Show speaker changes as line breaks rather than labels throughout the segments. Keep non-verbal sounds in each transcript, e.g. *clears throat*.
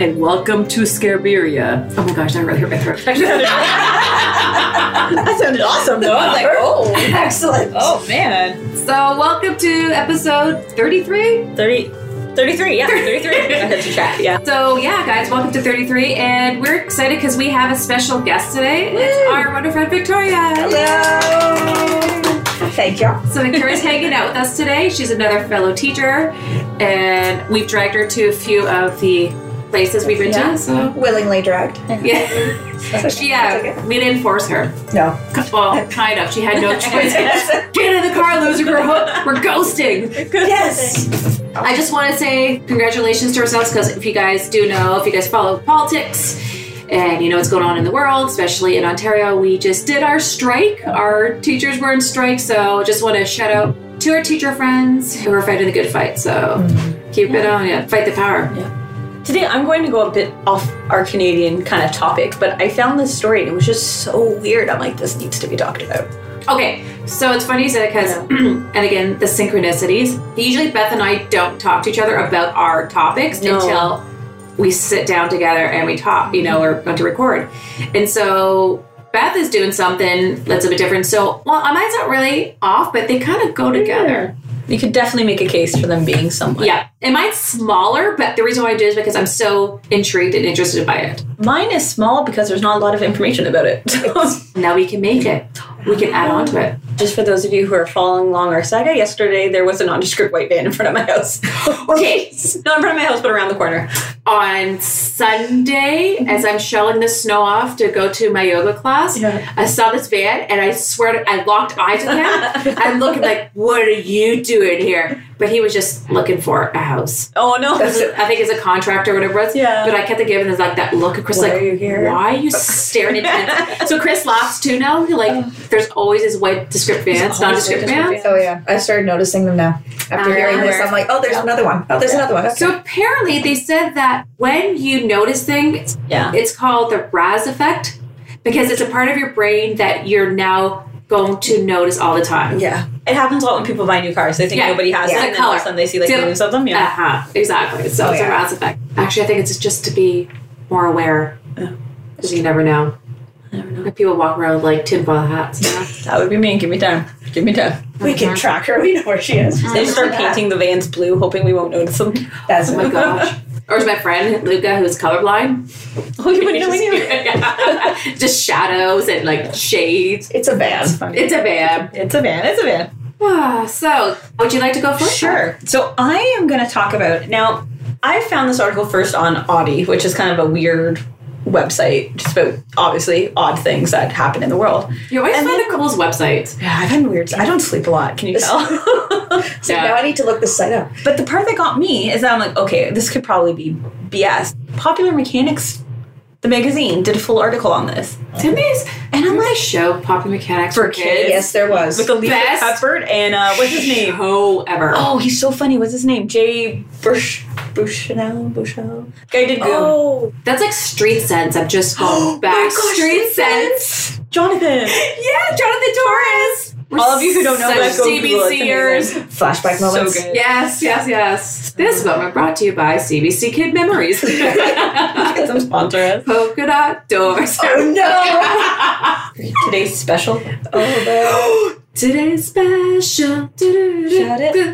and welcome to Scarberia. Oh my gosh, I really hurt my throat. *laughs*
That sounded awesome, though. *laughs* I was like, oh, excellent.
Oh man.
so, welcome to episode 33.
30, 33, yeah, 33. I *laughs* had to check, yeah.
So, yeah, guys, welcome to 33, and we're excited because we have a special guest today. It's
Woo!
our wonderful friend Victoria.
Hello. Thank *laughs* y'all.
So Victoria's hanging out with us today. She's another fellow teacher, and we've dragged her to a few of the places we've been
Yeah.
to. So
Willingly dragged.
*laughs*
*laughs*
yeah, she, yeah,
That's okay.
we didn't force her.
No.
Well, kind of. She had
*laughs*
no choice. Get in the car, loser. We're ho- we're ghosting.
Yes.
I just want to say congratulations to ourselves because if you guys do know, if you guys follow politics. And you know what's going on in the world, especially in Ontario. We just did our strike. Our teachers were in strike, so just want to shout out to our teacher friends who are fighting the good fight. So keep it on, yeah. Fight the power.
Today I'm going to go a bit off our Canadian kind of topic, but I found this story and it was just so weird. I'm like, this needs to be talked about.
Okay, so it's funny you said because, *clears throat* and again, the synchronicities. Usually, Beth and I don't talk to each other about our topics
No.
until we sit down together and we talk, you know, we're going to record. And so Beth is doing something that's a bit different. So, well, uh, mine's not really off, but they kind of go together.
You could definitely make a case for them being someone.
Yeah, and mine's smaller, but the reason why I do is because I'm so intrigued and interested by it.
Mine is small because there's not a lot of information about it. *laughs* So-
Now we can make it, we can add on to it.
Just for those of you who are following along our saga, yesterday there was a nondescript white van in front of my *laughs* house.
Okay.
Not in front of my house, but around the corner.
on Sunday, as I'm shoveling the snow off to go to my yoga class,
Yeah.
I saw this van and I swear to, I locked eyes with him. I'm looking like, what are you doing here? But he was just looking for a house.
*laughs* Oh no.
I think it's a contractor or whatever it was.
Yeah.
But I kept giving him like that look at Chris,
Why
like,
are you here?
why are you staring at me? so Chris laughs too now. He
Oh.
like, there's always his white descript vans, nondescript vans.
Oh yeah, I started noticing them now. After
Uh,
hearing this,
where-
I'm like, oh, there's another one. Oh, there's another one. Okay.
So apparently, they said that when you notice things,
Yeah.
It's called the Raz effect because it's a part of your brain that you're now going to notice all the time.
yeah,
It happens a lot when people buy new cars. They think
Yeah.
nobody has
Yeah.
it, and then all of a
Color.
sudden they see like
Yeah.
the news of them. Yeah.
Uh-huh. Exactly. So
Oh,
it's a
yeah.
Raz effect. Actually, I think it's just to be more aware
Yeah.
because you never know.
Oh. I don't know.
Like, People walk around with like tinfoil hats. you know?
That would be me. Give me time. Give me time.
we can track her. We know where she is.
They just start painting the vans blue, hoping we won't notice *laughs* them.
That's
oh my gosh. Or is my friend Luca, who's colorblind?
Oh, you wouldn't know anyway.
*laughs* Yeah. Just shadows and like shades.
It's a van.
That's funny.
It's a bad.
It's a van. It's a van.
so, would you like to go first?
Sure. So I am going to talk about now. I found this article first on Audi, which is kind of a weird website, just about obviously odd things that happen in the world.
You always
And
find the coolest websites.
Yeah, I've had weird. I don't sleep a lot. Can you tell? *laughs*
So now I need to look this site up.
but the part that got me is that I'm like, okay, this could probably be BS. Popular Mechanics, the magazine, did a full article on this
Didn't these?
And I'm
didn't they show Poppy Mechanics
For kids?
Yes, there was.
with Alicia
Best.
Cuthbert and uh, what's his name?
Show ever.
Oh, he's so funny. What's his name? Jay Bush Bushnell Bushnell. Guy did Goon.
oh,
That's like Street Sense. I've
*gasps*
just gone back.
Oh my gosh,
Street
Street
Sense.
Jonathan.
Yeah, Jonathan Torres. We're
All of you who don't know
such
that, go Google it. It's
CBCers.
flashback
So
moments.
good.
Yes, yes, yes. This moment brought to you by CBC Kid Memories.
*laughs* *laughs* Get some sponsor us.
Polka dot doors.
Oh no!
Today's special.
oh no!
*laughs* Today's special. Shut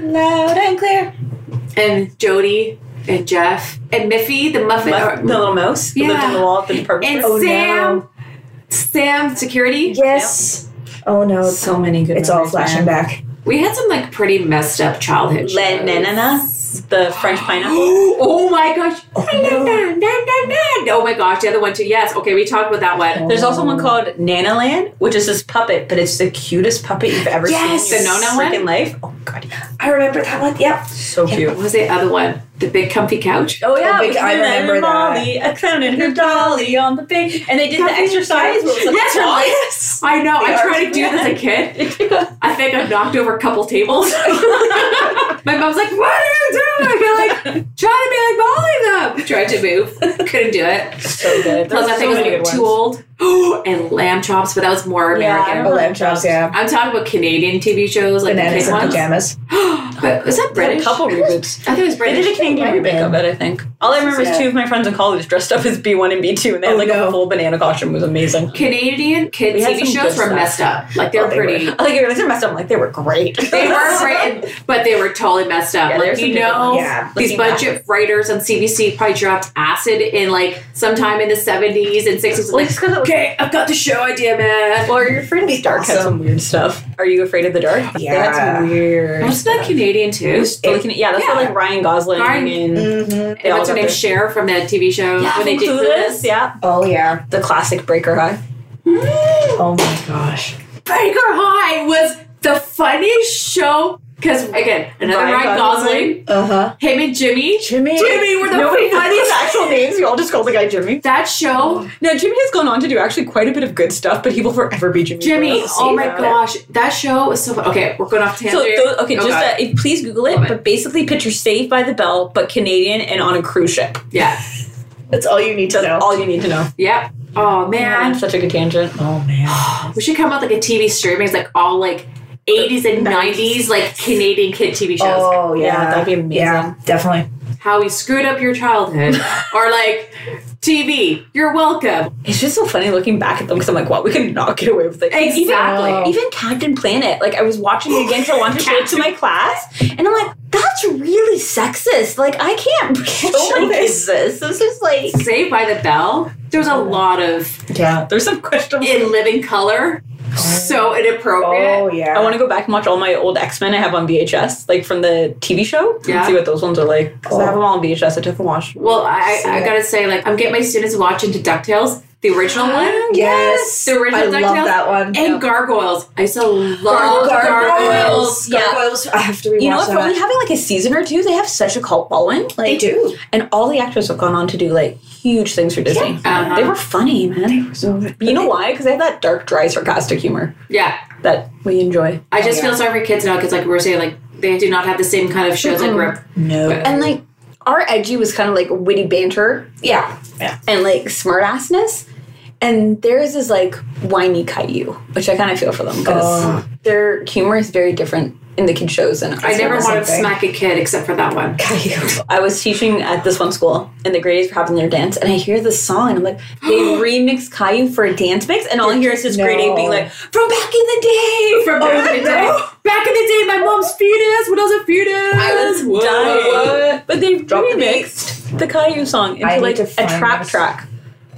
loud and clear.
And Jody and Jeff and Miffy the Muffin.
The little mouse who lived on the
Yeah.
wall at the department.
and
store.
Oh,
Sam.
no.
Sam Security.
Yes. Oh no! It's,
so many good.
all
memories,
flashing
man.
back.
We had some like pretty messed up childhood.
Le
shows.
Nanana, the
*gasps*
French pineapple. *gasps*
oh my gosh.
Oh,
Oh my gosh, the other one too. Yes, okay, we talked about that one.
There's also one called Nanaland, which is this puppet, but it's the cutest puppet you've ever
Yes.
seen in
The
your
Nona
freaking
one?
life. Oh god, yeah.
I remember that one. Yep.
so
What
cute.
was the other one? The big comfy couch?
Oh
yeah,
yeah,
we I remember
and
that.
Molly, a clown and her dolly on the big, and they did the
Dolly.
exercise. Where it was like
Yes,
a dolly. *laughs*
I know, I
The
tried to
arch-
do this as a kid. I think I knocked over a couple tables. *laughs* my mom's like, What are you doing? I feel like trying to be like Molly them. Tried to move. Couldn't do it.
so good. There
Plus
were
I
so
think I
many
was
good
too
ones.
old. *gasps* and lamb chops, but that was more American.
I
Oh, lamb chops, yeah.
I'm talking about Canadian TV shows, like the
Bananas
kid
in
ones.
pajamas.
*gasps* but was that
They had
British?
a couple reboots.
I think it was
They
British.
did a Canadian
Might have
remake of
been.
it, I think. All I remember is
Yeah.
two of my friends in college dressed up as B1 and B2, and they
Oh,
had like
no.
a full banana costume. It was amazing.
Canadian kid
We had
TV
some
shows
good
were messed up. Like they were
Oh, they
pretty.
I *laughs* like it. They messed up. I'm like they were great.
*laughs* They
*laughs*
were great, but they were totally messed up.
Yeah,
like
there's
you
some good
know,
ones.
Yeah.
these
Looking back.
budget writers on CBC probably dropped acid in like sometime in the seventies and sixties. Like,
Like because *laughs* it was
okay, I've got the show idea, man.
Well, are you afraid of the dark? Had
Awesome.
some weird stuff. Are you afraid of the dark? They had
Yeah.
some weird.
Wasn't that Canadian too?
Still looking at- yeah, that's
Yeah.
where like Ryan Mm, Gosling
Ryan-
and
hmm
And what's her
got
name?
their-
Cher from that TV show when they did Clueless.
Yeah,
Oh, yeah.
the classic Breaker High.
Hmm.
Oh, my gosh.
Baker High was the funniest show because again, another
Ryan
Ryan Gosling,
Uh huh.
him and Jimmy.
Jimmy.
Jimmy were the
Nobody knows
funniest.
his *laughs* actual names. We all just called the guy Jimmy.
That show
Now Jimmy has gone on to do actually quite a bit of good stuff, but he will forever be Jimmy.
Jimmy,
Fallon.
oh my
Yeah.
gosh, that show was so fun. Okay, we're going off
So
tangent.
those, okay,
Oh
just
God.
uh, if- please Google it.
Love it.
But basically, picture Saved by the Bell, but Canadian and on a cruise ship.
yeah,
That's all you need to
That's
know.
all you need to know.
yeah. Oh man,
such a good tangent.
oh, man.
we should come out like a TV streaming. It's like all like eighties and nineties like Canadian kid TV shows.
Oh, yeah.
Yeah, that'd be amazing.
Yeah, definitely.
How we screwed up your childhood, or like TV. You're welcome.
*laughs* It's just so funny looking back at them because I'm like, wow, we could not get away with it. Like,
Exactly.
Oh.
Even, even Captain Planet. Like I was watching it again because I wanted to show it *laughs* to my class, and I'm like, that's really sexist. Like I can't *laughs* show my kids this. This is like
Saved by the Bell. There's a lot of
Yeah.
there's some questionable.
in living color, so inappropriate.
Oh, yeah.
I want to go back and watch all my old X Men I have on VHS, like from the TV show,
Yeah.
and see what those ones are like. Because
Cool.
I have them all on VHS. I took them watch.
Well, I,
See
I
it.
gotta say, like, I'm getting my students watching to DuckTales, the original
*gasps*
one.
Yes.
The original
I love
DuckTales.
that one.
And gargoyles. I still
Oh,
love gargoyles.
gargoyles.
Yeah.
Gargoyles. I have to rewatch
You know, what?
that.
probably having like a season or two, they have such a cult following. Like,
they do.
And all the actors have gone on to do like huge things for Disney.
Uh-huh.
They were funny, man. You know why? Because they have that dark, dry, sarcastic humor
Yeah.
that we enjoy.
I just
Oh,
feel sorry for kids now because, like we were saying, like they do not have the same kind of shows like Rip.
No.
And like our edgy was kind of like witty banter
yeah.
and like smart assness. And theirs is like whiny Caillou, which I kind of feel for them because
Oh.
their humor is very different in the kid shows. And
I
ours.
never
the
wanted to
same thing.
smack a kid except for
*laughs*
that one.
I was teaching at this one school, and the grades were having their dance, and I hear this song, and I'm like,
*gasps*
they remix Caillou for a dance mix, and all I hear is his
No.
grading being like, from back in the
*laughs*
day,
From back
Oh,
in the day, back in the day, my mom's fetus. When I was a fetus,
I was
Whoa.
dying. But they
Drop the
remixed the Caillou song into
I need
like
to
a
find
trap
this.
track.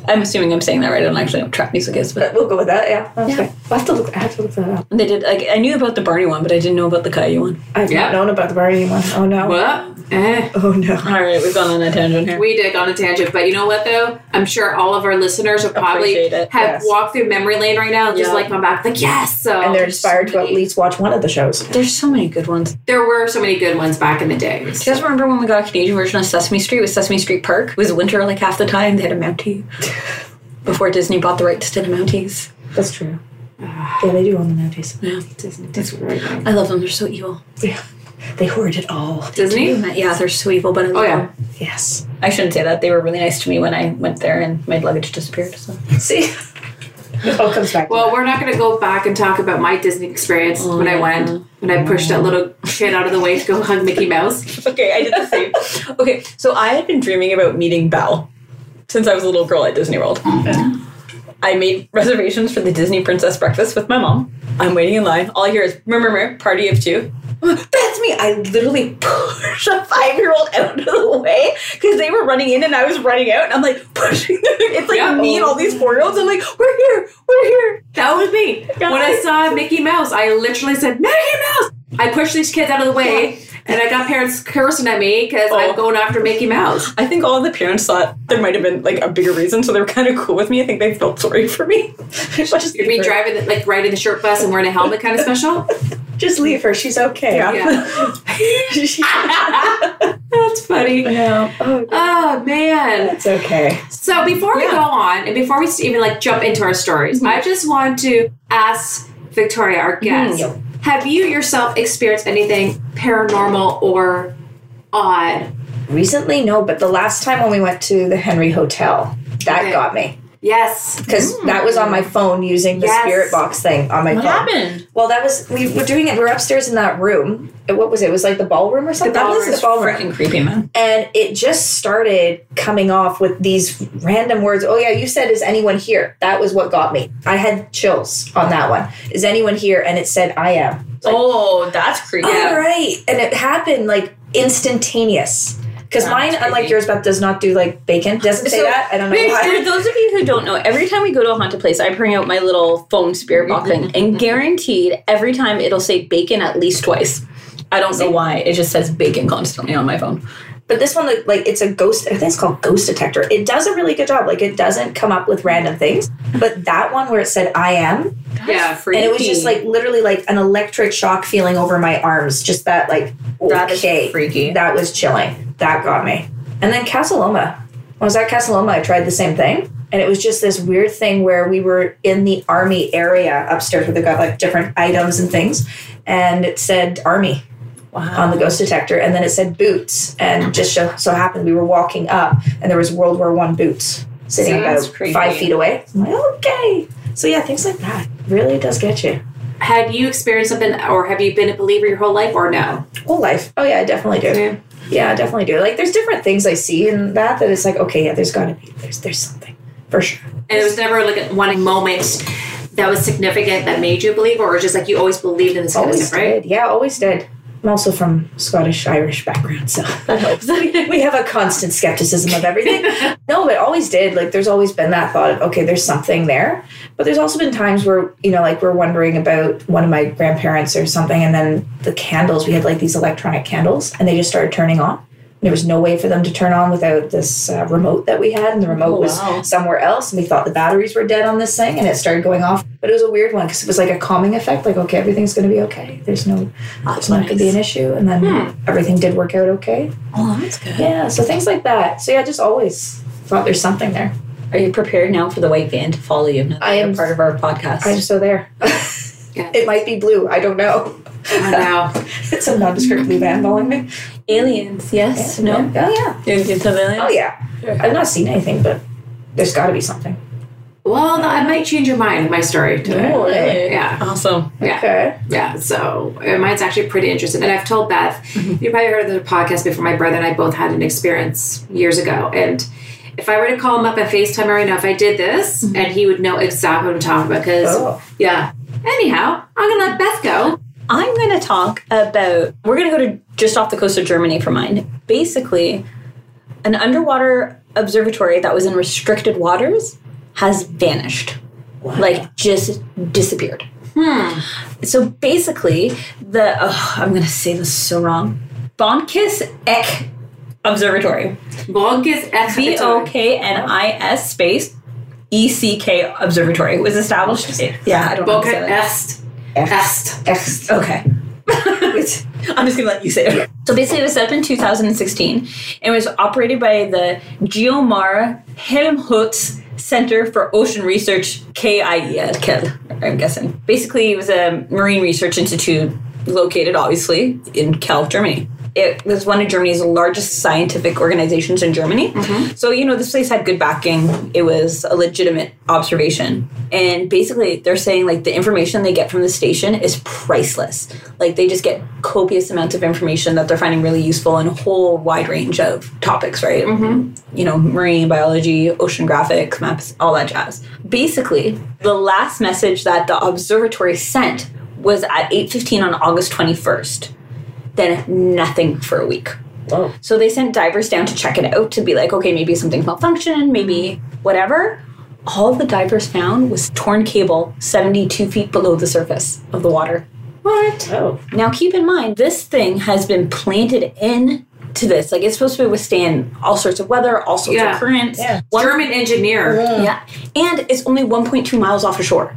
I'm assuming I'm saying that right. I don't actually know what trap music is, but
But we'll go with that. Yeah. That's good. I have to look. I have to look that up.
they did. Like I knew about the Barney one, but I didn't know about the Caillou one.
I've
Yeah.
not known about the Barney one. Oh no.
What? Eh.
Oh no.
All right, we've gone on a tangent here.
We did go on a tangent, but you know what though? I'm sure all of our listeners will probably
Appreciate
have
it,
yes.
walked through memory lane right now, and just
Yeah.
like gone back, like yes. So
And they're inspired to at least watch one of the shows.
There's so many good ones.
there were so many good ones back in the day.
Do you guys remember when we got a Canadian version of Sesame Street with Sesame Street Park? It was winter like half the time. They had a *laughs* Mountie. Before Disney bought the rights to the Mounties.
That's true. *sighs* Yeah, they do own the movies.
Disney, Disney,
I love them. They're so evil.
Yeah. They hoard it all.
Disney?
Yeah, they're so evil, but I love
Oh, yeah.
them.
Yes.
I shouldn't say that. They were really nice to me when I went there and my luggage disappeared. So.
See. It all comes back. to
Well, we're not going to go back and talk about my Disney experience
Oh,
when I went, when I pushed that little kid out of the way to go hug Mickey Mouse.
Okay, I did the same. okay, so I had been dreaming about meeting Belle since I was a little girl at Disney World. I made reservations for the Disney Princess Breakfast with my mom. I'm waiting in line. All I hear is murmur, murmur, party of two. *laughs* I'm like, That's me. I literally *laughs* push a five year old out of the way because they were running in and I was running out. And I'm like *laughs* pushing them. It's like
Yeah.
me and all these four year olds. I'm like, we're here, we're here.
That was me.
Yeah.
When I saw Mickey Mouse, I literally said, Mickey Mouse! I pushed these kids out of the way, and I got parents cursing at me because
Oh.
I'm going after Mickey Mouse.
I think all the parents thought there might have been like a bigger reason, so they were kind of cool with me. I think they felt sorry for me. *laughs* Which is
Me driving, the, like riding the shirt bus and wearing a helmet kind of special.
Just leave her. She's okay.
Yeah.
Yeah.
*laughs*
That's funny.
No. Oh,
Oh, man.
it's okay.
So before we
Yeah.
go on, and before we even like jump into our stories, I just want to ask Victoria, our
Mm-hmm.
guest,
Hmm.
Mhm.
have you yourself experienced anything paranormal or odd?
Recently, no, but the last time when we went to the Henry Hotel, that
Okay.
got me.
Yes.
because that was on my phone using the
Yes.
spirit box thing on my
What
phone.
happened?
Well, that was we were doing it. We were upstairs in that room. Uh, What was it? It was like the ballroom or something.
The ballroom.
The ballroom.
Freaking creepy, man.
and it just started coming off with these random words. Oh yeah, you said is anyone here? That was what got me. I had chills on that one. Is anyone here? And it said I am. It's like,
oh, that's creepy.
All right, and it happened like instantaneous. Because
That's
mine, unlike
creepy.
yours, Beth, does not do like bacon. Doesn't say
So-
that. I don't know
For
why.
those of you who don't know, every time we go to a haunted place, I bring out my little phone spirit box thing, and guaranteed every time it'll say bacon at least twice. I don't know why. It just says bacon constantly on my phone.
But this one, like, like, it's a ghost. I think it's called Ghost Detector. It does a really good job. Like, it doesn't come up with random things. But that one where it said I am,
yeah.
Freaky.
and it was just like literally like an electric shock feeling over my arms. Just that, like,
That is
okay,
freaky.
that was chilling. That got me. And then Casaloma. When I was at Casaloma, I tried the same thing. And it was just this weird thing where we were in the army area upstairs where they got like different items and things. And it said army
wow.
on the ghost detector, and then it said boots, and just so, so happened we were walking up, and there was World War One boots sitting
Sounds
about
creepy.
five feet away. I'm like, okay, so yeah, things like that really does get you
Had you experienced something, or have you been a believer your whole life, or no?
whole life. Oh yeah, I definitely do.
Yeah.
Yeah, I definitely do. Like there's different things I see in that that it's like, okay, yeah, there's got to be there's there's something for sure.
And it was never like one moment that was significant that made you believe, or just like you always believed in this kind of
Always
stuff, right?
did. Yeah, always did. I'm also from Scottish Irish background, so that
*laughs*
helps. we have a constant skepticism of everything. no, but always did. Like there's always been that thought of okay, there's something there. But there's also been times where you know, like we're wondering about one of my grandparents or something, and then the candles we had like these electronic candles, and they just started turning on. There was no way for them to turn on without this uh, remote that we had, and the remote
Oh, wow.
was somewhere else. And we thought the batteries were dead on this thing, and it started going off. But it was a weird one because it was like a calming effect. Like, okay, everything's going to be okay. There's no,
That's
it's not going to be an issue. And then
Hmm.
everything did work out okay.
Oh, that's good.
Yeah, so things like that. So yeah, just always thought there's something there.
Are you prepared now for the white van to follow you? Now that
I
you're
am-
part of our podcast.
I'm so there.
Yeah.
*laughs* It might be blue. I don't know.
I
*laughs*
know.
It's a nondescript blue van following me.
aliens, yes,
Yeah.
no?
Oh yeah.
You think it's an alien?
Oh yeah.
Sure.
I've not seen anything, but there's got to be something.
Well, no, I might change your mind with my story today.
No.
Really?
Yeah.
Awesome.
Yeah.
Okay.
Yeah, so uh, mine's actually pretty interesting. And I've told Beth,
Mm-hmm.
you probably heard of the podcast before. My brother and I both had an experience years ago. And if I were to call him up and FaceTime right now, if I did this,
Mm-hmm.
and he would know exactly what I'm talking about. Because,
Oh.
yeah. Anyhow, I'm going to let Beth go.
I'm going to talk about. We're going to go to just off the coast of Germany for mine. Basically, an underwater observatory that was in restricted waters has vanished, like just disappeared.
Hmm.
So basically, the oh, I'm going to say this so wrong. Bonkis Eck Observatory.
Bonk is F.
B O K N I S space E C K Observatory was established. Yeah, I don't know. how
Bonk
to say that.
Est. Est.
Ex-
Okay. *laughs* I'm just gonna let you say it. So basically, it was set up in 2016 and was operated by the Geomar Helmholtz Center for Ocean Research E KIE at KED, I'm guessing. Basically, it was a marine research institute located, obviously, in Kell, Germany. It was one of Germany's largest scientific organizations in Germany. So, you know, this place had good backing. It was a legitimate observation. And basically, they're saying like the information they get from the station is priceless. Like, they just get copious amounts of information that they're finding really useful in a whole wide range of topics, right? You know, marine biology, oceanographic maps, all that jazz. Basically, the last message that the observatory sent was at 8:15 on August 21st. Then nothing for a week.
Whoa.
So they sent divers down to check it out to be like, okay, maybe something malfunctioned, maybe whatever. All the divers found was torn cable 72 feet below the surface of the water.
What?
Oh.
Now keep in mind, this thing has been planted in to this. Like it's supposed to withstand all sorts of weather, all sorts
Yeah.
of currents.
Yeah.
One-
German engineer.
Oh.
yeah. And it's only 1.2 miles off the shore.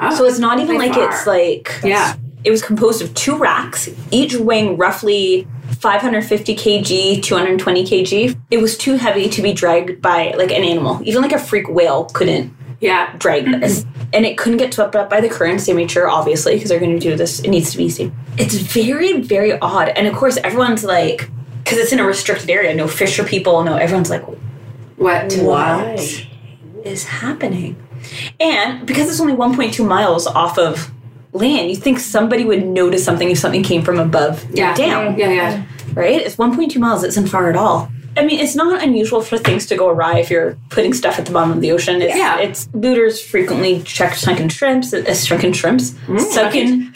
Oh,
So it's not even
pretty
like
far.
it's like
Yeah.
It was composed of two racks, each weighing roughly 550 kg, 220 kg. It was too heavy to be dragged by like an animal. Even like a freak whale couldn't
Yeah.
drag this. and it couldn't get swept up by the currents. They made sure, obviously, because they're going to do this. It needs to be seen. It's very, very odd. And of course, everyone's like, because it's in a restricted area, no fisher people, no, everyone's like,
What?
Why?
is happening? And because it's only 1.2 miles off of land, you think somebody would notice something if something came from above
Yeah.
down,
Yeah, yeah.
right? It's 1.2 miles, it isn't far at all. I mean, it's not unusual for things to go awry if you're putting stuff at the bottom of the ocean. It's,
Yeah.
it's looters frequently check sunken shrimps, uh, sunken shrimps, sunken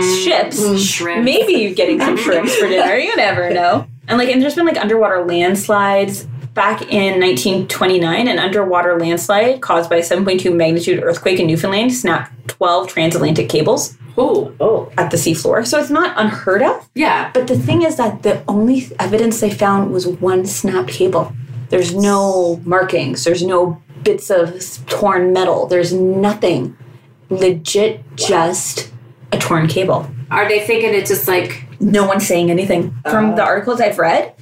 ships.
Shrimp.
Maybe you're getting some shrimps for dinner. You *laughs* never know. And like, and there's been like underwater landslides back in 1929. An underwater landslide caused by a 7.2 magnitude earthquake in Newfoundland snapped 12 transatlantic cables
Oh,
Oh,
at the seafloor. So it's not unheard of.
yeah.
But the thing is that the only evidence they found was one snapped cable. There's no markings. There's no bits of s- torn metal. There's nothing. Legit, just a torn cable
Are they thinking it's just like
no one's saying anything. From
Oh.
the articles I've read,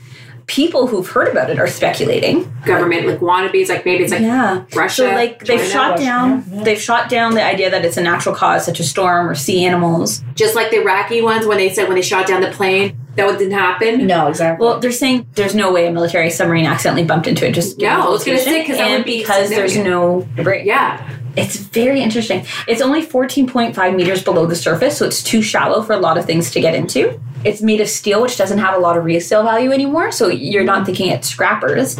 people who've heard about it are speculating.
government like wannabes? Like maybe it's like
yeah.
Russia.
So like they've
China,
shot
Russia,
down
yeah.
they've shot down the idea that it's a natural cause such as storm or sea animals.
just like the Iraqi ones when they said when they shot down the plane that one didn't happen.
no, exactly.
Well, they're saying there's no way a military submarine accidentally bumped into it. Just given
No,
the
I was gonna
location
say, 'cause that
and
would be
because there's no debris.
Yeah.
It's very interesting. It's only 14.5 meters below the surface, so it's too shallow for a lot of things to get into. It's made of steel, which doesn't have a lot of resale value anymore, so you're not thinking it's scrappers.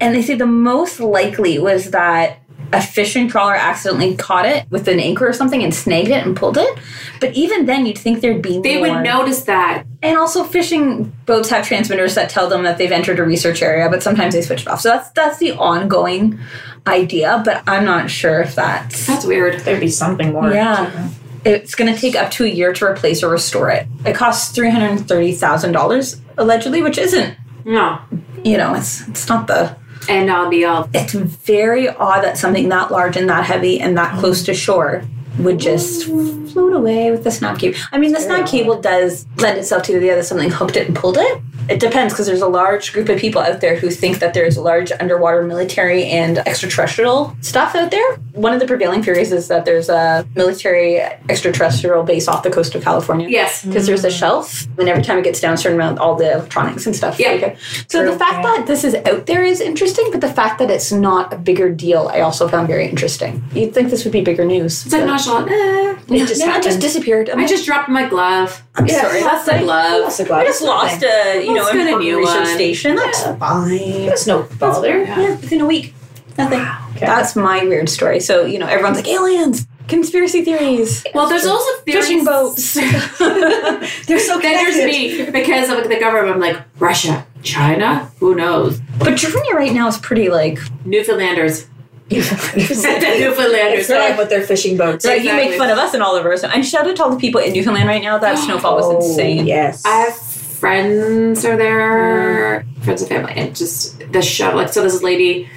And they say the most likely was that a fishing trawler accidentally caught it with an anchor or something and snagged it and pulled it. But even then, you'd think there'd be
They
more.
would notice that.
And also, fishing boats have transmitters that tell them that they've entered a research area, but sometimes they switch it off. So that's that's the ongoing idea, but I'm not sure if that's
That's weird.
there'd be something more.
yeah. It's going to take up to a year to replace or restore it. It costs three hundred thirty thousand dollars allegedly, which isn't.
No.
You know, it's it's not the.
And um, I'll be all
It's very odd that something that large and that heavy and that close to shore would just float away with the snap cable. I mean, the snap cable does lend itself to the idea that something hooked it and pulled it. It depends because there's a large group of people out there who think that there's a large underwater military and extraterrestrial stuff out there. One of the prevailing theories is that there's a military extraterrestrial base off the coast of California.
Yes.
Because there's a shelf, and every time it gets down a certain amount, all the electronics and stuff.
Yeah.
Okay. So the
True,
fact
yeah.
that this is out there is interesting, but the fact that it's not a bigger deal, I also found very interesting. You'd think this would be bigger news.
It's like nonchalant. Eh,
Yeah,
just
yeah, it just
happened.
disappeared. I'm
I just dropped my glove.
I'm
Yeah,
sorry. That's
my
like
glove.
Lost a glass
I
or
just lost
something.
a you know
Let's get a
important
new
research
one.
station. That's fine.
That's no bother.
Yeah.
Yeah, within a week. Nothing.
Okay.
*laughs* That's my weird story. So you know, everyone's like aliens, conspiracy theories,
Well, there's also theories. *laughs*
fishing *laughs* boats.
They're so
Then there's
connected.
me because of the government. I'm like Russia, China, who knows?
but Germany right now is pretty like
Newfoundlanders. *laughs*
*laughs* They're
Newfoundlanders.
like with their fishing boats.
Right, you
Exactly.
make fun of us and all of us. And shout out to all the people in Newfoundland right now. That
*gasps*
snowfall was
Oh,
insane.
Yes.
I have friends are there, friends and family, and just the show. Like, so this lady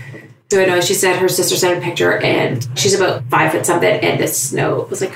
who I know, she said her sister sent a picture, and she's about five foot something, and the snow was like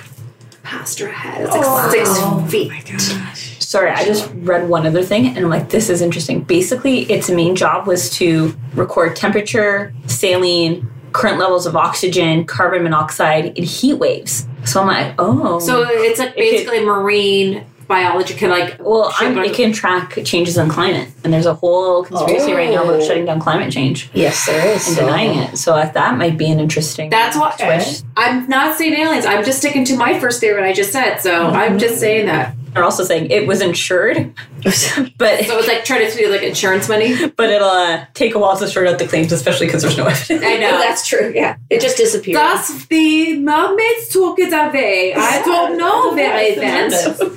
past her head. It's like six feet.
Sorry, I just read one other thing and I'm like, this is interesting. Basically, its main job was to record temperature, saline, current levels of oxygen, carbon monoxide, and heat waves. So I'm like, oh.
So it's like
could-
basically marine biology can like
well, I'm,
Shit.
it can track changes in climate. And there's a whole conspiracy right now about
Oh.
shutting down climate change
yes, there is.
and denying it. So I, that might be an interesting.
That's why
Okay.
I'm not saying aliens. I'm just sticking to my first theory. What I just said. So I'm just saying that.
They're also saying it
*laughs*
was insured, but
So it's like trying to do like insurance money.
but it'll uh, take a while to sort out the claims, especially because there's no *laughs* evidence.
I know.
Oh, that's true. Yeah, it just disappeared.
That's uh, the mermaids talk it away. I don't know very events.
Oh,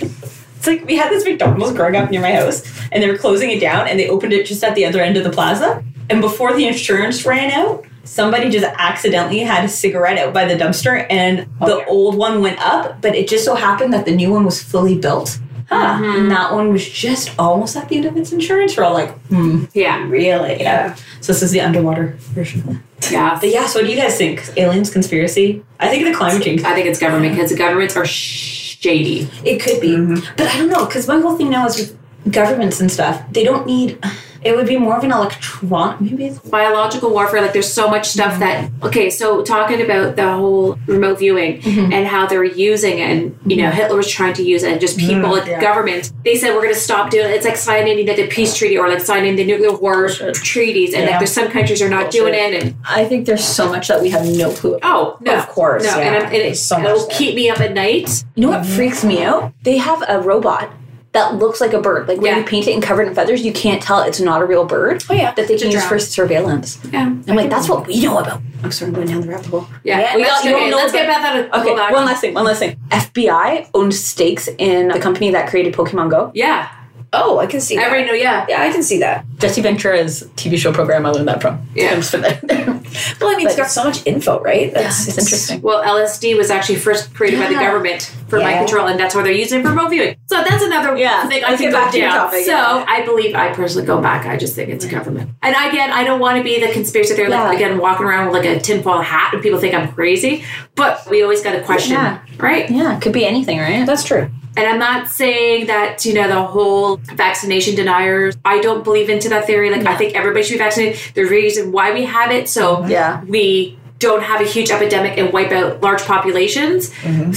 It's like we had this McDonald's growing up near my house, and they were closing it down, and they opened it just at the other end of the plaza. And before the insurance ran out, somebody just accidentally had a cigarette out by the dumpster, and the old one went up, but it just so happened that the new one was fully built. Huh. And that one was just almost at the end of its insurance. We're all like, hmm,
Yeah.
really? Yeah. So this is the underwater version.
Yeah.
But yeah, so what do you guys think? Aliens conspiracy? I think the climate change.
I think it's government because the governments are shady.
Mm-hmm.
It could be, but I don't know because my whole thing now is with governments and stuff. They don't need. It would be more of an electron. Maybe it's
biological warfare like there's so much stuff that okay so talking about the whole remote viewing and how they're using it and you know hitler was trying to use it and just people and governments they said we're going to stop doing it it's like signing the, the peace treaty or like signing the nuclear war treaties and like there's some countries are not doing it and
I think there's so much that we have no clue. About.
oh no
Of course,
no
yeah.
and, I'm, and it,
There's so much
it'll
there.
keep me up at night
You know what freaks me out? They have a robot that looks like a bird. Like when
Yeah.
you paint it and cover it in feathers, you can't tell it's not a real bird.
Oh, yeah.
That they
It's a
can use
drone.
for surveillance.
yeah
I'm like, that's what we know about. I'm sorry, I'm going down the rabbit hole.
yeah,
Yeah,
we
that's
got,
okay.
okay,
No,
let's
but-
get back that
Okay, one last thing. One last thing. FBI owns stakes in the company that created Pokemon Go.
yeah
Oh, I can see that.
everybody know yeah
yeah, I can see that.
Jesse Ventura's TV show program. I learned that from. *laughs*
Yeah.
Comes from there.
Well, I mean, it's
But-
got so much info, right?
it's, interesting.
Well, LSD was actually first created by the
Yeah.
government for mind
Yeah.
control, and that's why they're using it for remote viewing. So that's another
Yeah.
thing I
Let's
can
get
go
back to your
down.
topic,
So
yeah.
I believe I personally go back. I just think it's a government. And again, I don't want to be the conspiracy theory, like
Yeah.
again, walking around with like a tinfoil hat, and people think I'm crazy. But we always got to question,
Yeah.
right?
Yeah, it could be anything, right?
That's true.
And I'm not saying that you know the whole vaccination deniers. I don't believe into that theory. Like I think everybody should be vaccinated. There's a reason why we have it. So
Yeah.
we don't have a huge epidemic and wipe out large populations.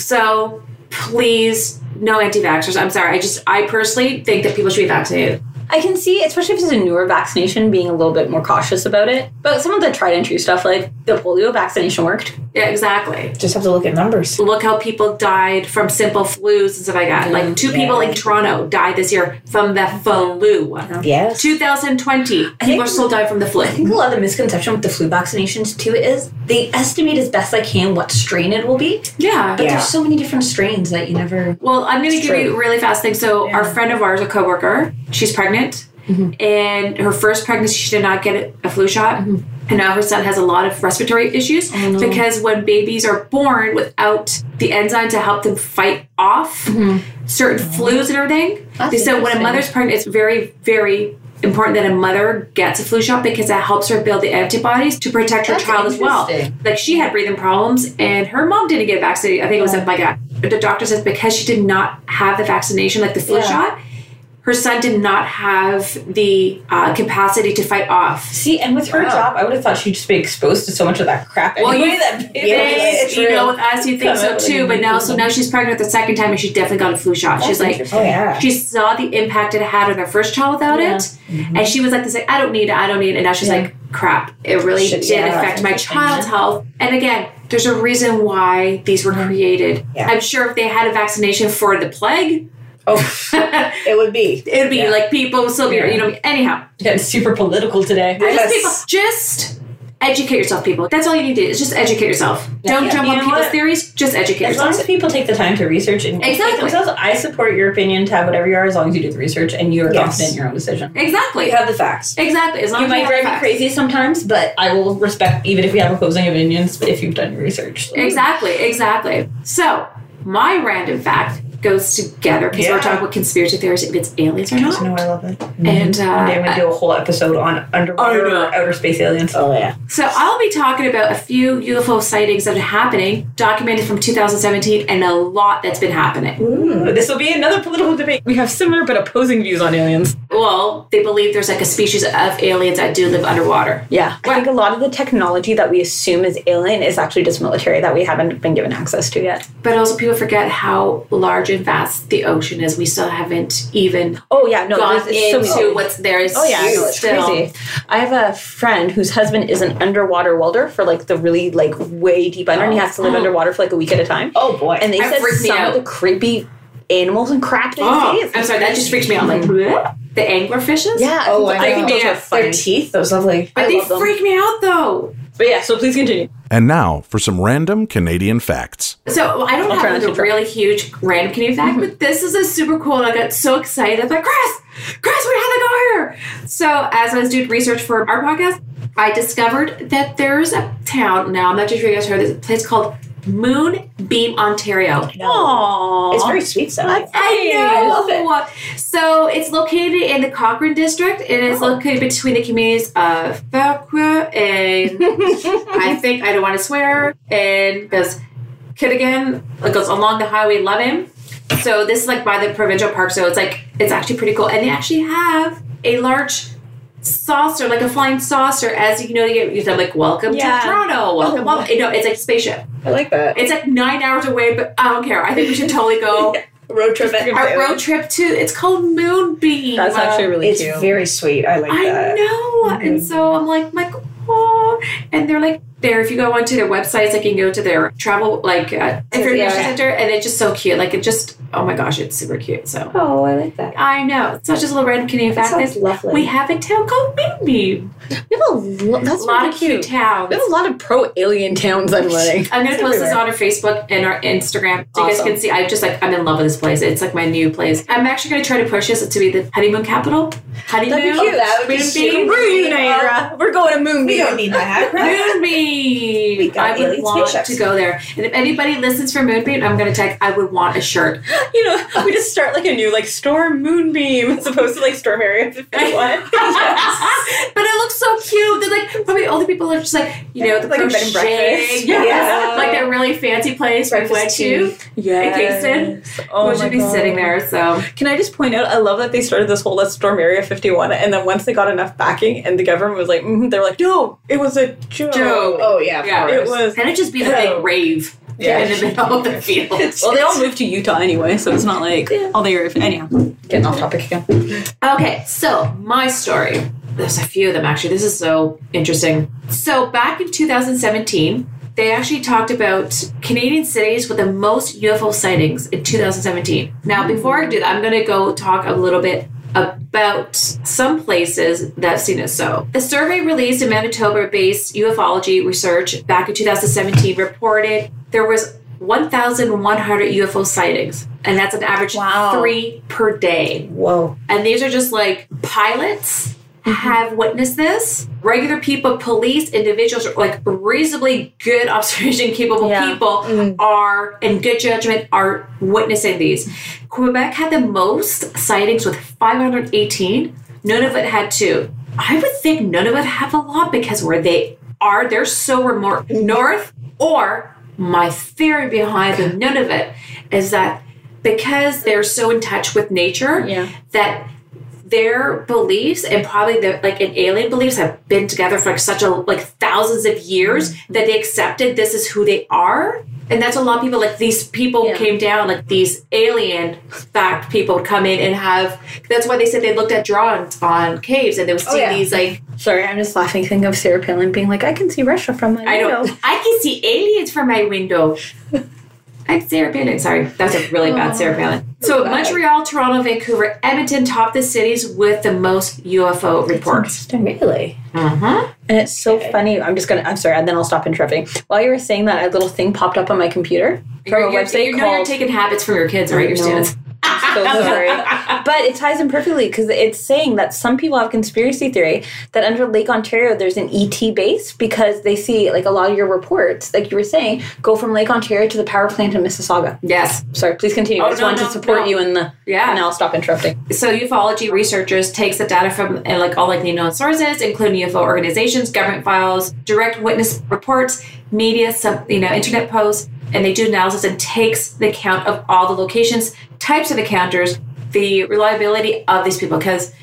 So please, no anti-vaxxers. I'm sorry. I just I personally think that people should be vaccinated.
I can see, especially if it's a newer vaccination, being a little bit more cautious about it. But some of the tried and true stuff, like the polio vaccination, worked.
Yeah, exactly.
Just have to look at numbers.
Look how people died from simple flus and stuff like that. Like two people in Toronto died this year from the flu.
Yes.
2020, people
think-
are still dying from the flu.
I think a lot of the misconception with the flu vaccinations too is they estimate as best I can what strain it will be,
Yeah.
but
Yeah.
there's so many different strains that you never.
Well, I'm going to
It's
give you
true.
a really fast thing. So, our
Yeah.
friend of ours, a coworker, she's pregnant,
Mm-hmm.
and her first pregnancy, she did not get a flu shot, and now her son has a lot of respiratory issues because when babies are born without the enzyme to help them fight off certain flus and everything, they
Mm-hmm. That's
said when a
interesting.
mother's pregnant, it's very, very important that a mother gets a flu shot because that helps her build the antibodies to protect her
That's
child as well.
interesting.
Like she had breathing problems, and her mom didn't get vaccinated. I think it was like a, the doctor says because she did not have the vaccination, like the flu shot, her son did not have the uh, capacity to fight off.
See, and with her
Wow.
job, I would have thought she'd just be exposed to so much of that crap.
Well,
anyway
you-
that
Yes,
it's
you
true.
know, with us, you think
Come
so
out
too,
and
but now, so now she's pregnant the second time, and she definitely got a flu shot. she's like,
Oh, yeah.
she saw the impact it had on her first child without
Yeah. Mm-hmm.
it, and she was like, "This, like, I don't need it, I don't need it." And now she's
Yeah.
like, "Crap, it really
Shit,
did
yeah,
affect my
interesting,
child's health." And again, there's a reason why these
Mm-hmm.
were created.
Yeah.
I'm sure if they had a vaccination for the plague, *laughs*
Oh, *laughs*
it
it would be.
would be
Yeah.
like people still be,
Yeah.
you know. Anyhow,
getting super political today.
just
Yes.
people, just educate yourself, people. That's all you need to do is just educate yourself. Don't
Yeah.
jump
You
on
know
people's
what?
theories. Just educate
As long
yourself.
as people take the time to research and educate
Exactly.
themselves, I support your opinion to have whatever you are as long as you do the research and you are
Yes.
confident in your own decision.
exactly.
You have the facts.
Exactly. As long
You
as
might
have
drive
the
me
facts.
crazy sometimes, but I will respect even if we have opposing opinions, but if you've done your research.
Exactly, exactly. So, my random fact goes together because we're
Yeah.
talking about conspiracy theories if it's aliens or not.
No, I love it.
Mm-hmm.
One
And
day I'm
uh,
gonna do a whole episode on underwater
Oh,
or outer space aliens.
Oh, yeah.
so, I'll be talking about a few UFO sightings that are happening, documented from 2017, and a lot that's been happening.
This will be another political debate. We have similar but opposing views on aliens.
Well, they believe there's like a species of aliens that do live underwater.
Yeah. I think a lot of the technology that we assume is alien is actually just military that we haven't been given access to yet.
But also, people forget how large and vast the ocean is. We still haven't even
Oh, yeah. No,
gone
there's- it's so
into what's there. It's
Oh yeah, I know, it's
still.
crazy. I have a friend whose husband is an underwater welder for like the really like way deep under, and he has to live underwater for like a week at a time.
Oh, boy.
And they
Oh. That
said
freaked me
some
out.
of the creepy animals and crap they see.
Oh,
It's
I'm sorry, that just freaked me out. Like,
Mm-hmm.
the anglerfishes?
yeah.
Oh,
I
I
think
know.
those
Yeah.
are
Their
funny.
teeth, those lovely.
But
I
they
love them.
freak me out though.
But yeah, so please continue.
And now for some random Canadian facts.
So I don't
I'll try Mm-hmm.
have
not
like,
to
a really huge random Canadian fact, but this is a super cool. And I got so excited. I'm like, Chris, Chris, we had to go here. So as I was doing research for our podcast, I discovered that there's a town now. I'm not too sure you guys heard. There's a place called Moonbeam, Ontario.
Aww.
It's very sweet sounding.
I know. So it's located in the Cochrane district, and it's located between the communities of Falkwa and I think I don't want to swear and goes Kittigan. It goes along the highway Levin. So this is like by the provincial park. So it's like it's actually pretty cool, and they actually have a large saucer, like a flying saucer, as you know, you you said like welcome
Yeah.
to Toronto, welcome, welcome. You know, it's like spaceship.
I like that.
It's like nine hours away, but I don't care. I think we should totally go
Road trip. It,
our road trip to. It's called Moonbeam.
That's actually Mm-hmm. really
it's
cute.
very sweet. I like
I
that.
know. And so I'm like, Mike, oh. And they're like, there, if you go onto their websites, like you can go to their travel, like, uh, information
yeah.
center, and it's just so cute. Like, it just, oh my gosh, it's super cute. So
Oh, I like that.
I know. So it's just a little random Canadian
That
fact.
sounds
Is
lovely.
we have a town called Bimbi.
We have a lo- that's
a lot
really
of cute towns.
We have a lot of pro alien towns I'm learning.
I'm gonna post this
everywhere.
on our Facebook and our Instagram so you guys
Awesome.
can see. I'm just like I'm in love with this place. It's like my new place. I'm actually gonna try to push this to be the honeymoon capital. Honeymoon.
cute. That would be
Moonbeam.
super
Moon, Naira. We're going to
we
Moonbeam.
don't need that, right? *laughs* We
Moonbeam.
got
I would
alien
want
spaceships.
to go there. And if anybody listens for Moonbeam, I'm gonna tag. I would want a
*laughs*
shirt.
*laughs* You know, we just start like a new like storm moonbeam as opposed to like storm area 51.
but it looks so cute. They're like probably all the people are just like you know the
Like a bed
crochet.
and breakfast.
Yeah.
Yeah.
like that really fancy place we went
Breakfast
to in Kingston.
Oh
we
my
should be
God.
sitting there. So.
Can I just point out? I love that they started this whole "Let's storm Area 51," and then once they got enough backing, and the government was like, mm "They're like, no, it was a joke.
Joke.
Oh yeah, of
Yeah.
It
course.
was."
Can it just be the big rave
Yeah.
in the middle of the field?
Well, they all moved to Utah anyway, so it's not like all the area. Anyhow, getting off topic again.
Okay, so my story. There's a few of them actually. This is so interesting. So back in 2017, they actually talked about Canadian cities with the most UFO sightings in 2017. Now, before I do that, I'm going to go talk a little bit about some places that have seen it. So, the survey released in Manitoba based ufology research back in 2017 reported there was 1,100 UFO sightings, and that's an average three per day.
Whoa.
And these are just like pilots have witnessed this. Regular people, police, individuals, or, like reasonably good *laughs* observation capable people are in good judgment are witnessing these. Quebec had the most sightings with 518. None of it had two. I would think none of it have a lot because where they are, they're so remote north. Or my theory behind the none of it is that because they're so in touch with nature,
Yeah.
that their beliefs and probably their like an alien beliefs have been together for like such a like thousands of years that they accepted this is who they are and that's what a lot of people like these people came down like these alien fact people would come in and have that's why they said they looked at drawings on caves and they would see
yeah.
these like
Sorry, I'm just laughing. Thinking of Sarah Palin being like, "I can see Russia from my
I don't. I can see aliens from my window. I'm Sarah Palin. Sorry, that's a really bad Sarah Palin. So Montreal, Toronto, Vancouver, Edmonton top the cities with the most UFO reports.
Really?
Mm-hmm.
Uh-huh.
And it's so funny. I'm just gonna. I'm sorry, and then I'll stop interrupting. While you were saying that, a little thing popped up on my computer from
You're,
a
you're-
website
you know you're
called.
taking habits from your kids, right? Your
No.
students.
*laughs* so sorry. but it ties in perfectly because it's saying that some people have conspiracy theory that under Lake Ontario there's an ET base because they see like a lot of your reports, like you were saying, go from Lake Ontario to the power plant in Mississauga.
Yes.
Sorry, please continue.
Oh,
I just
no,
wanted
no,
to support
no.
you in the.
Yeah.
And now I'll stop interrupting.
So ufology researchers takes the data from uh, like all like known sources, including UFO organizations, government files, direct witness reports, media, some you know internet posts, and they do analysis and takes the count of all the locations, types of encounters, the reliability of these people because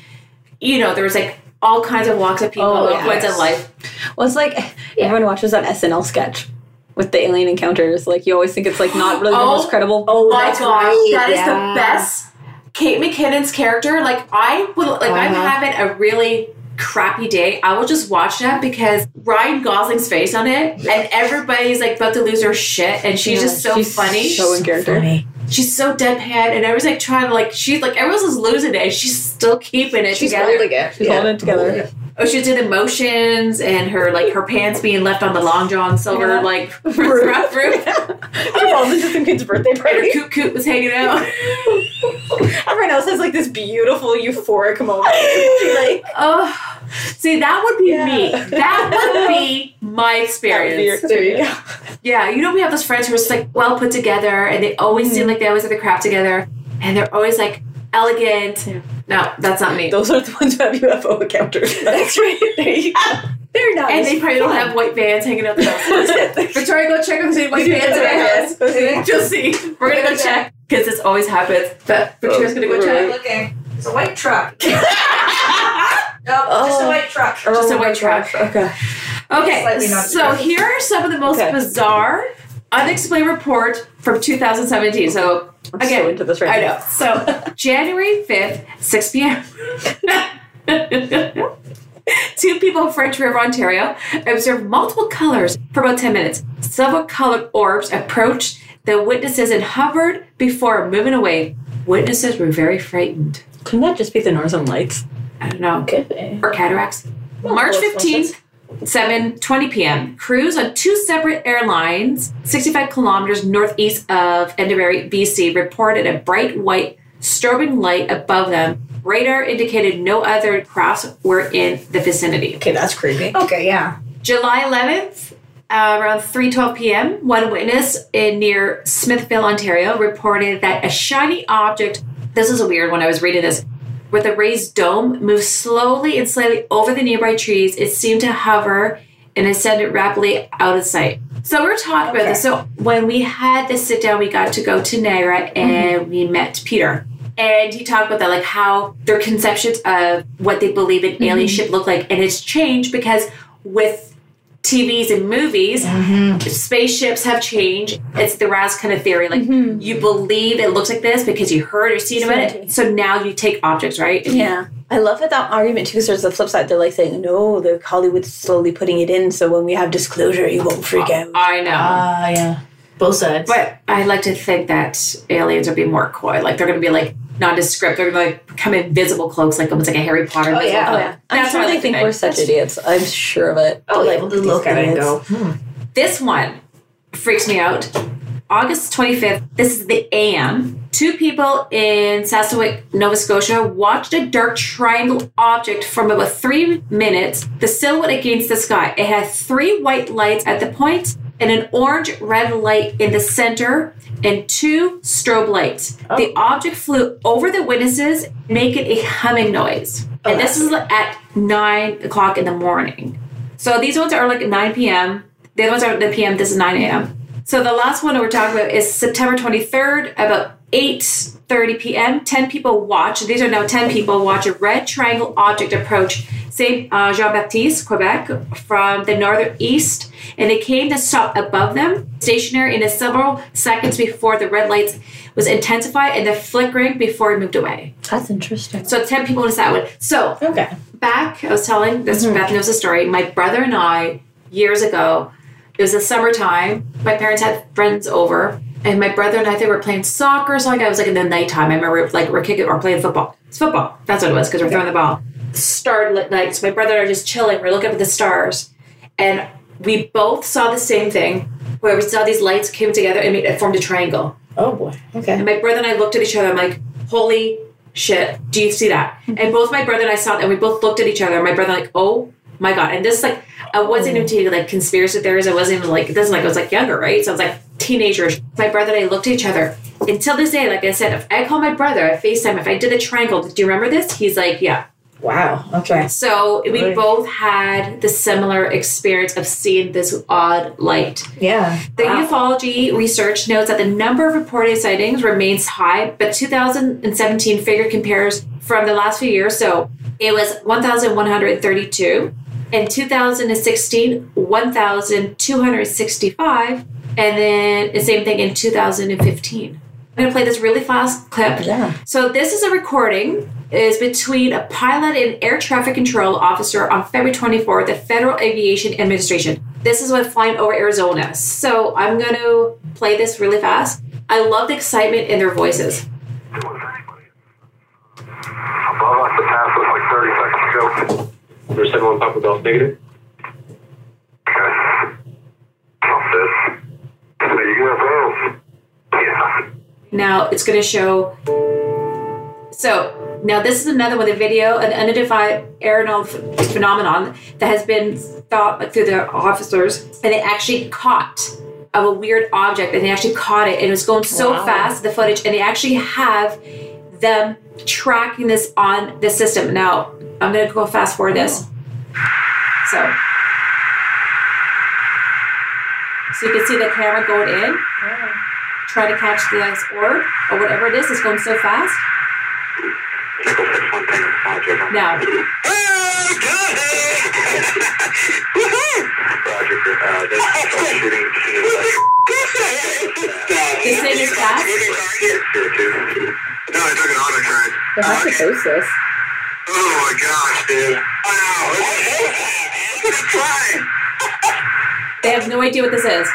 you know there was like all kinds of walks of people,
Oh,
all kinds of
yes.
life.
Well, it's like everyone watches that SNL sketch with the alien encounters. Like you always think it's like not really the
Oh.
most credible.
Oh
my
that's
gosh,
right.
that is
yeah.
the best. Kate McKinnon's character, like I would, like I'm
Uh-huh.
having a really crappy day. I will just watch that because Ryan Gosling's face on it, and everybody's like about to lose her shit, and she's
Yeah,
just so
she's
funny.
So in character. *laughs*
Funny.
she's so deadpan, and everyone's like trying to like she's like everyone's just losing it, and she's still keeping it
She's
together.
holding it.
She's
yeah.
holding it together.
Oh, she's doing emotions and her like her pants being left on the long john silver
Yeah.
like roof. *laughs* roof.
She falls into some kid's birthday
Her
party. *laughs*
coot coot was hanging out.
Everyone else has like this beautiful euphoric *laughs* moment. She, like
Oh, see, that would be me. That would *laughs* be my experience.
there you go.
yeah, you know, we have those friends who are just like well put together, and they always seem like they always have the crap together, and they're always like elegant. No, that's not me.
*laughs* Those are the ones who have UFO encounters. *laughs* That's right. There you go.
They're not.
And they
*laughs*
probably don't have white vans hanging out the *laughs* house. Victoria, go check if there's any white vans in our *laughs* house.
Yes.
You'll see. We're gonna go check because this
eh,
always happens. But Victoria's gonna go check.
*laughs* looking. It's a white truck. Oh, just a white truck.
Just a white truck.
Okay.
Okay,
Slightly not
so here are some of the most
Okay.
bizarre unexplained report from 2017. So
I'm
again,
so into this right
I
now.
know.
*laughs*
So January 5th, 6 p.m. *laughs* Two people in French River, Ontario observed multiple colors for about 10 minutes. Several colored orbs approached the witnesses and hovered before moving away. Witnesses were very frightened.
Couldn't that just be the Northern Lights?
I don't know.
Could be.
Or cataracts. March 15th, 7 20 p.m. Crews on two separate airlines, 65 kilometers northeast of Enderbury, BC, reported a bright white strobing light above them. Radar indicated no other crafts were in the vicinity.
Okay, that's creepy.
Okay, yeah.
July 11th, uh, around 3:12 p.m., one witness in near Smithville, Ontario, reported that a shiny object. This is a weird one. I was reading this. With a raised dome, moved slowly and slightly over the nearby trees. It seemed to hover and ascended rapidly out of sight. So we were talking about this. So when we had this sit down, we got to go to Niagara and we met Peter. And he talked about that, like how their conceptions of what they believe an alien ship look like, and it's changed because with TVs and movies, spaceships have changed. It's the Raz kind of theory, like you believe it looks like this because you heard or seen about it. So now you take objects, right?
Yeah. I love that, that argument too, because there's the flip side. They're like saying, no, the Hollywood's slowly putting it in, so when we have disclosure, you won't freak out.
I know.
Ah, yeah. Both sides.
But I like to think that aliens are being more coy. Like they're going to be like nondescript. They're going to like become invisible cloaks, like almost like a Harry Potter. invisible
yeah.
cloak.
Oh, I'm
That's
sure
what I
they
like to
think we're such idiots. I'm sure of it.
oh,
Like,
yeah,
these
look at it
idiots.
go.
This one freaks me out. August 25th, this is the AM. Two people in Saskatchewan, Nova Scotia watched a dark triangle object from about three minutes, the silhouette against the sky. It had three white lights at the point and an orange red light in the center and two strobe lights. The object flew over the witnesses, making a humming noise. and this is at nine o'clock in the morning. So these ones are like 9 p.m. The other ones are at the p.m. This is 9 a.m. So the last one we're talking about is September 23rd, about 8:30 p.m. 10 people watch. These are now 10 people watch a red triangle object approach Saint uh, Jean Baptiste, Quebec, from the northern east, and it came to stop above them, stationary, in a several seconds before the red lights was intensified and the flickering before it moved away.
That's interesting.
So 10 people noticed that one. So
Okay.
back, I was telling this, Beth knows the story. My brother and I, years ago, it was the summertime. My parents had friends over, and my brother and I, they were playing soccer. So like, I was like in the nighttime. I remember like we're kicking or playing football. It's football. That's what it was because we're throwing the ball. Starlit night. So my brother and I are just chilling. We're looking up at the stars, and we both saw the same thing where we saw these lights came together and made, it formed a triangle.
Oh boy. Okay.
And my brother and I looked at each other. I'm like, holy shit, do you see that? And both my brother and I saw it, and we both looked at each other. And my brother, like, oh my God. And this, like, I wasn't into like conspiracy theories. I wasn't even like, this is like, I was like younger, right? So I was like teenager. My brother and I looked at each other. Until this day, like I said, if I call my brother, I FaceTime, if I did the triangle, do you remember this? He's like, yeah.
Wow. Okay.
So we
Right.
both had the similar experience of seeing this odd light.
Yeah.
The ufology research notes that the number of reported sightings remains high, but 2017 figure compares from the last few years. So it was 1,132. In 2016, 1,265. And then the same thing in 2015. I'm going to play this really fast clip.
Yeah.
So this is a recording is between a pilot and air traffic control officer on February 24th, the Federal Aviation Administration. This is when flying over Arizona. So I'm going to play this really fast. I love the excitement in their voices.
Above us, the pass was like 30 seconds ago.
Number seven on Papa Golf negative.
Okay. Stop this. So you UFOs. Yeah.
Now it's going to show. So now this is another one, the video, an unidentified aerial ph- phenomenon that has been thought like through the officers, and they actually caught of a weird object, and they actually caught it, and it was going so fast the footage, and they actually have them tracking this on the system. Now I'm going to go fast forward this. So. So you can see the camera going in try to catch this orb or whatever it is that's going so fast. Now,
Roger, uh, this is shooting
this thing is fast.
No, I took an auto track.
hypnosis.
Oh my gosh, dude. Wow. That's fine.
They have no idea what this is.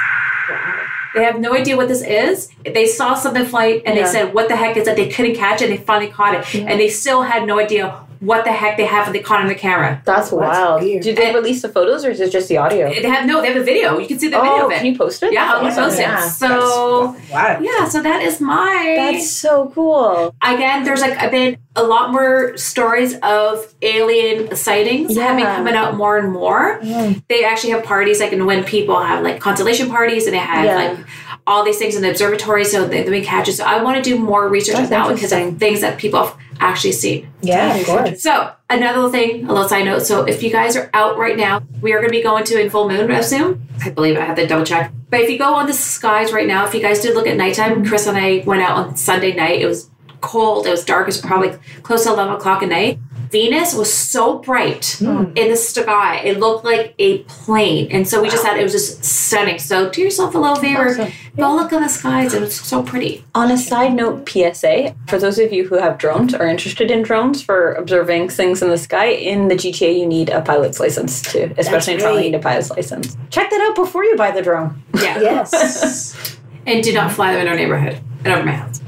They have no idea what this is. They saw something fly and
Yeah.
they said, What the heck is that? They couldn't catch it. They finally caught it. And they still had no idea what the heck they have that they caught on the camera.
That's wild. Did they release the photos or is it just the audio?
They have no, they have a video. You can see the video
oh,
of it.
can you post it?
yeah, I'm
That's
gonna post
awesome.
it. So,
Wow.
yeah, so that is my.
Yeah. That's so cool.
again, there's like I've been a lot more stories of alien sightings
Yeah. Mm.
having coming out more and more. They actually have parties like and when people have like constellation parties and they have
Yeah.
like all these things in the observatory so they, they catches. So I want to do more research
That's
on that one because
interesting.
of things that people have actually seen.
Yeah, of course.
So another little thing, a little side note. So if you guys are out right now, we are going to be going to in full moon real soon. I believe I have to double check. But if you go on the skies right now, if you guys did look at nighttime, Chris and I went out on Sunday night. It was cold. It was dark. It was probably close to eleven o'clock at night. Venus was so bright in the sky. It looked like a plane. And so we just thought it was just stunning. So do yourself a little favor. Go look on the skies. It was so pretty.
On a side note, PSA for those of you who have drones or are interested in drones for observing things in the sky in the GTA, you need a pilot's license too. Especially in Toronto, you
right.
need a pilot's license. Check that out before you buy the drone.
Yeah.
Yes.
and do not fly them in our neighborhood and over my house.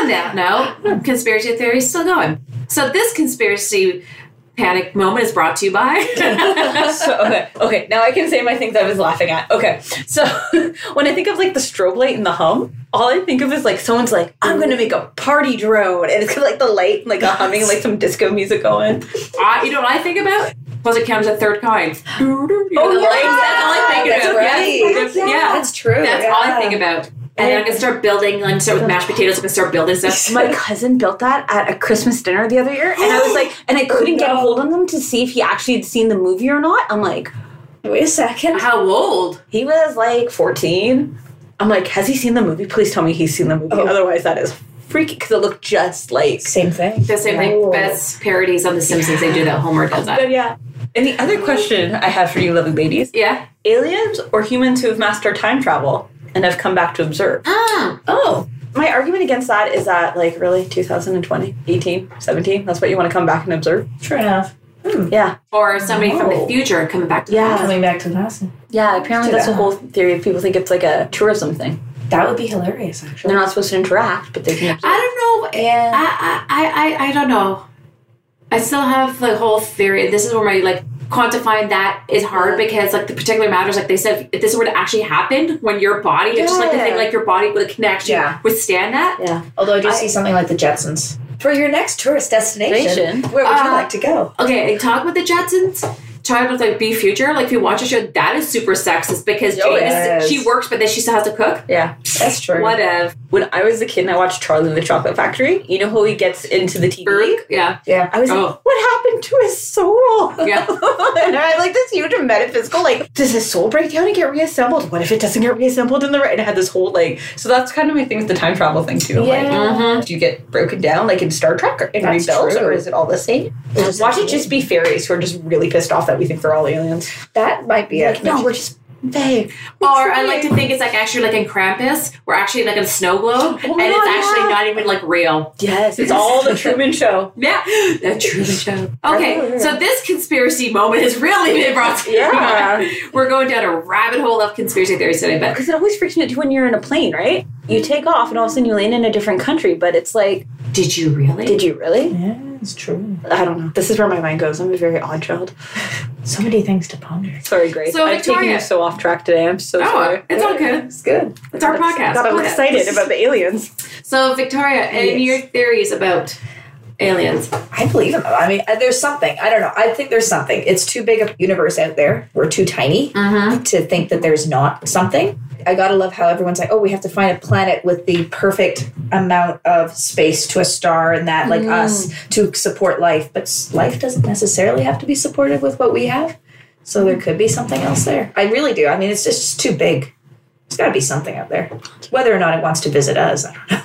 On that note, conspiracy theory is still going. So this conspiracy panic moment is brought to you by.
so okay, okay. Now I can say my things I was laughing at. Okay, so *laughs* when I think of like the strobe light and the hum, all I think of is like someone's like, "I'm gonna make a party drone," and it's got like the light and like a humming and like some disco music going.
I, you know what I think about? Plus, it comes a third kind. oh,
yeah.
that's all I think
That's
about.
right.
Yes. Yeah,
That's true.
that's all I think about. And then I can start building. I can start with mashed potatoes. I can start building
*laughs*
stuff.
My cousin built that at a Christmas dinner the other year, and I was *gasps* like, and I couldn't get a hold of him to see if he actually had seen the movie or not. I'm like,
Wait a second.
How old?
he was like 14. I'm like, has he seen the movie? Please tell me he's seen the movie. Otherwise, that is freaky because it looked just like
Same thing.
The same thing. Best parodies on The Simpsons. They do that. Homer does that.
*laughs* But yeah. And the other question I have for you, lovely ladies
Yeah.
aliens or humans who have mastered time travel and have come back to observe?
Ah.
Oh. My argument against that is that, like, really, 2020, 18, 17, that's what you want to come back and observe?
Sure enough.
Yeah.
Or somebody from the future coming back to the
Yeah.
Hmm. Coming back to the past.
Yeah, apparently that's a whole theory. People think it's like a tourism thing.
That would be hilarious, actually.
They're not supposed to interact, but they can observe.
I don't know.
Yeah.
I, I, I, I don't know. I still have the whole theory. This is where my like quantifying that is hard because like the particular matters, like they said, if this were to actually happen when your body, it's just like the thing,
Yeah.
like your body would can actually
Yeah.
withstand that.
yeah.
Although I do see something like the Jetsons. For your next tourist destination, Ah.
Nation.
where would you
Uh,
like to go?
Okay, and talk with the Jetsons. Talk with like Be Future. Like if you watch a show, that is super sexist because Jane
Oh,
is,
yes.
she works, but then she still has to cook.
Yeah.
That's true.
What if?
When I was a kid and I watched Charlie and the Chocolate Factory, you know how he gets into the TV?
Yeah.
I was
Oh.
like, what happened to his soul? *laughs*
Yeah.
and I had like this huge metaphysical, like, does his soul break down and get reassembled? What if it doesn't get reassembled in the right? And I had this whole like, so that's kind of my thing with the time travel thing too.
Mhm.
Like, do you get broken down like in Star Trek or, and
That's
rebuilt,
true.
or is it all the same?
We'll just
Watch
have
it
to
just be fairies who are just really pissed off that we think they're all aliens.
That might be it.
No, we're just they.
Or I like to think it's like actually like in Krampus, we're actually like in a snow globe, and
Oh my
it's
God,
actually
yeah.
not even like real.
Yes, it's all the *laughs* Truman Show.
Yeah, that truly show.
Oh,
Okay, so this conspiracy moment has really been brought to you.
Yeah.
*laughs* We're going down a rabbit hole of conspiracy theories today, but
Because it always freaks me out too when you're in a plane, right? You take off and all of a sudden you land in a different country, but it's like,
did you really?
did you really?
Yeah, it's true.
I don't know. This is where my mind goes. I'm a very odd child.
So many things to ponder.
Sorry, Grace.
So,
I've taken
Victoria-
you so off track today. I'm so
Oh,
sorry.
it's all good.
It's good.
It's our podcast.
God, I'm
Go ahead.
excited about the aliens.
So, Victoria, and your theories about aliens?
I believe in them. I mean, uh, there's something. I don't know. I think there's something. It's too big a universe out there. We're too tiny
Mm-hmm.
to think that there's not something. I gotta love how everyone's like, oh, we have to find a planet with the perfect amount of space to a star and that,
Mm.
like us, to support life. But s- life doesn't necessarily have to be supported with what we have. So there could be something else there. I really do. I mean, it's just too big. There's gotta be something out there. Whether or not it wants to visit us, I don't know.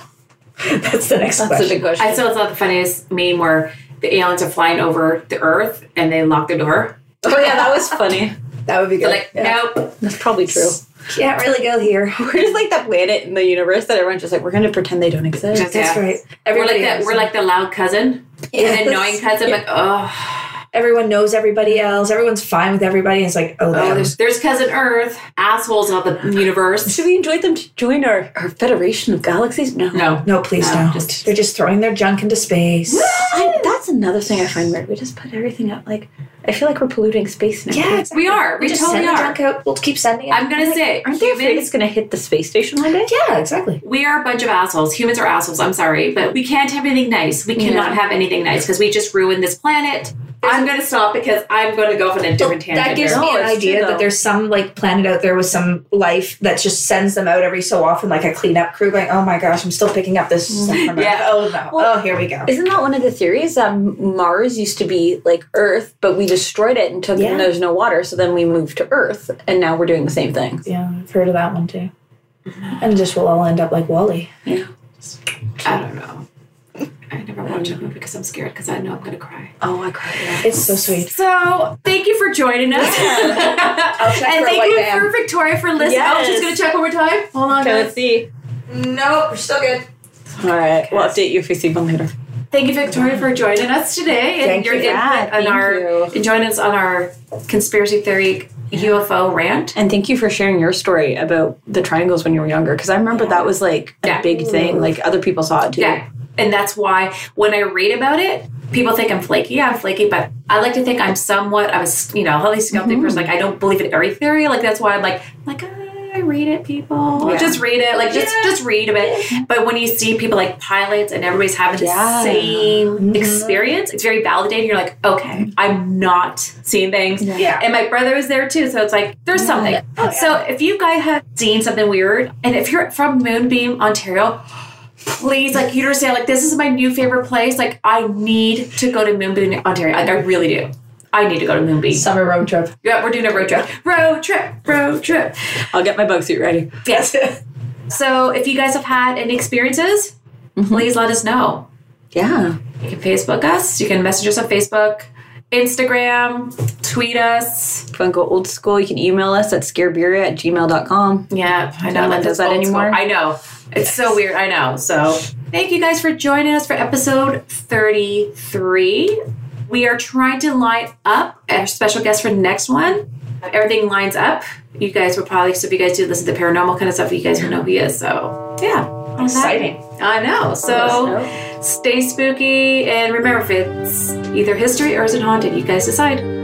*laughs*
That's the next
That's a
question.
big question.
I still thought the funniest meme where the aliens are flying over the Earth and they lock the door.
oh yeah, that was funny.
that would be
They're
good.
like,
yeah.
nope.
That's probably true.
Can't really go here.
We're just like that planet in the universe that everyone's just like, we're gonna pretend they don't exist.
Just,
*laughs*
yeah.
That's right.
We're like
Everybody
that.
knows.
We're like the loud cousin,
Yes.
an annoying cousin. But oh,
Everyone knows everybody else. Everyone's fine with everybody. And it's like, oh,
oh,
Um,
that
there's there's cousin Earth, assholes of the
*laughs*
universe.
Should we invite them to join our, our Federation of Galaxies? No.
No,
No, please
No,
don't.
just-
They're just throwing their junk into space.
I, that's another thing I find weird. We just put everything out. Like, I feel like we're polluting space now.
yeah,
we are. We,
just
totally
send the
are.
junk out. We'll keep sending it.
I'm gonna say,
Aren't they afraid
humans-
it's going to hit the space station one day?
yeah, exactly.
we are a bunch of assholes. Humans are assholes. I'm sorry, but we can't have anything nice. We cannot have anything nice because we just ruined this planet. I'm gonna stop because I'm gonna go off on a different tangent.
That gives
here.
me
No,
an
Oh, it's
idea
true, though.
that there's some like planet out there with some life that just sends them out every so often, like a cleanup crew going, "Oh my gosh, I'm still picking up this stuff from Earth.
Yeah.
Oh no.
Well-
oh, here we go.
Isn't that one of the theories? Um, Mars used to be like Earth, but we destroyed it and took
Yeah.
and there's no water, so then we moved to Earth, and now we're doing the same thing.
Yeah, I've heard of that one too.
Mm-hmm.
And just we'll all end up like Wally.
I don't know. I never watch a movie because I'm scared because I know I'm gonna cry.
Oh, I cried.
It's so sweet.
So thank you for joining us, *laughs*
check
and
for a
thank
white
you
van.
for Victoria for listening. Oh, she's
Yes.
gonna check one more time. Hold on. guys.
see.
Nope, we're still good.
All right, we'll update you if we see one later.
Thank you, Victoria, for joining us today and
Thank
your
you.
input
Yeah,
on
thank
our
you.
and joining us on our conspiracy theory UFO rant.
And thank you for sharing your story about the triangles when you were younger, because I remember that was like a
Yeah.
big thing. Like other people saw it too.
Yeah. And that's why when I read about it, people think I'm flaky. Yeah, I'm flaky, but I like to think I'm somewhat of a, s- you know, healthy skeptic
Mm-hmm.
person. Like, I don't believe in every theory. Like, that's why I'm like, like, "Ah, I read it, people.
Yeah.
Just read it. Like, just just read a bit. But when you see people like pilots and everybody's having the
Yeah. Mm-hmm.
same experience, it's very validating. You're like, okay, I'm not seeing things.
Yeah.
And my brother was there too, so it's like there's something. So if you guys have seen something weird, and if you're from Moonbeam, Ontario, please, like you understand, like this is my new favorite place. Like I need to go to Moonbeam, Ontario. Like I really do. I need to go to Moonbeam.
Summer road trip.
Yeah, we're doing a road trip. Road trip. Road trip.
I'll get my bug suit ready.
Yes. so if you guys have had any experiences, please let us know.
Yeah.
You can Facebook us. You can message us on Facebook, Instagram, tweet us.
If you want to go old school, you can email us at scarebeeria at gmail.com.
Yeah, I know.
one
Linda's
does that
old
anymore?
school. I know. It's so weird. I know. So thank you guys for joining us for episode 33. We are trying to line up our special guest for the next one. Everything lines up. You guys will probably, so if you guys do listen to paranormal kind of stuff, you guys will know who he is. So yeah. On
*laughs*
that-
Exciting.
I know. So stay spooky and remember if it's either history or is it haunted, you guys decide.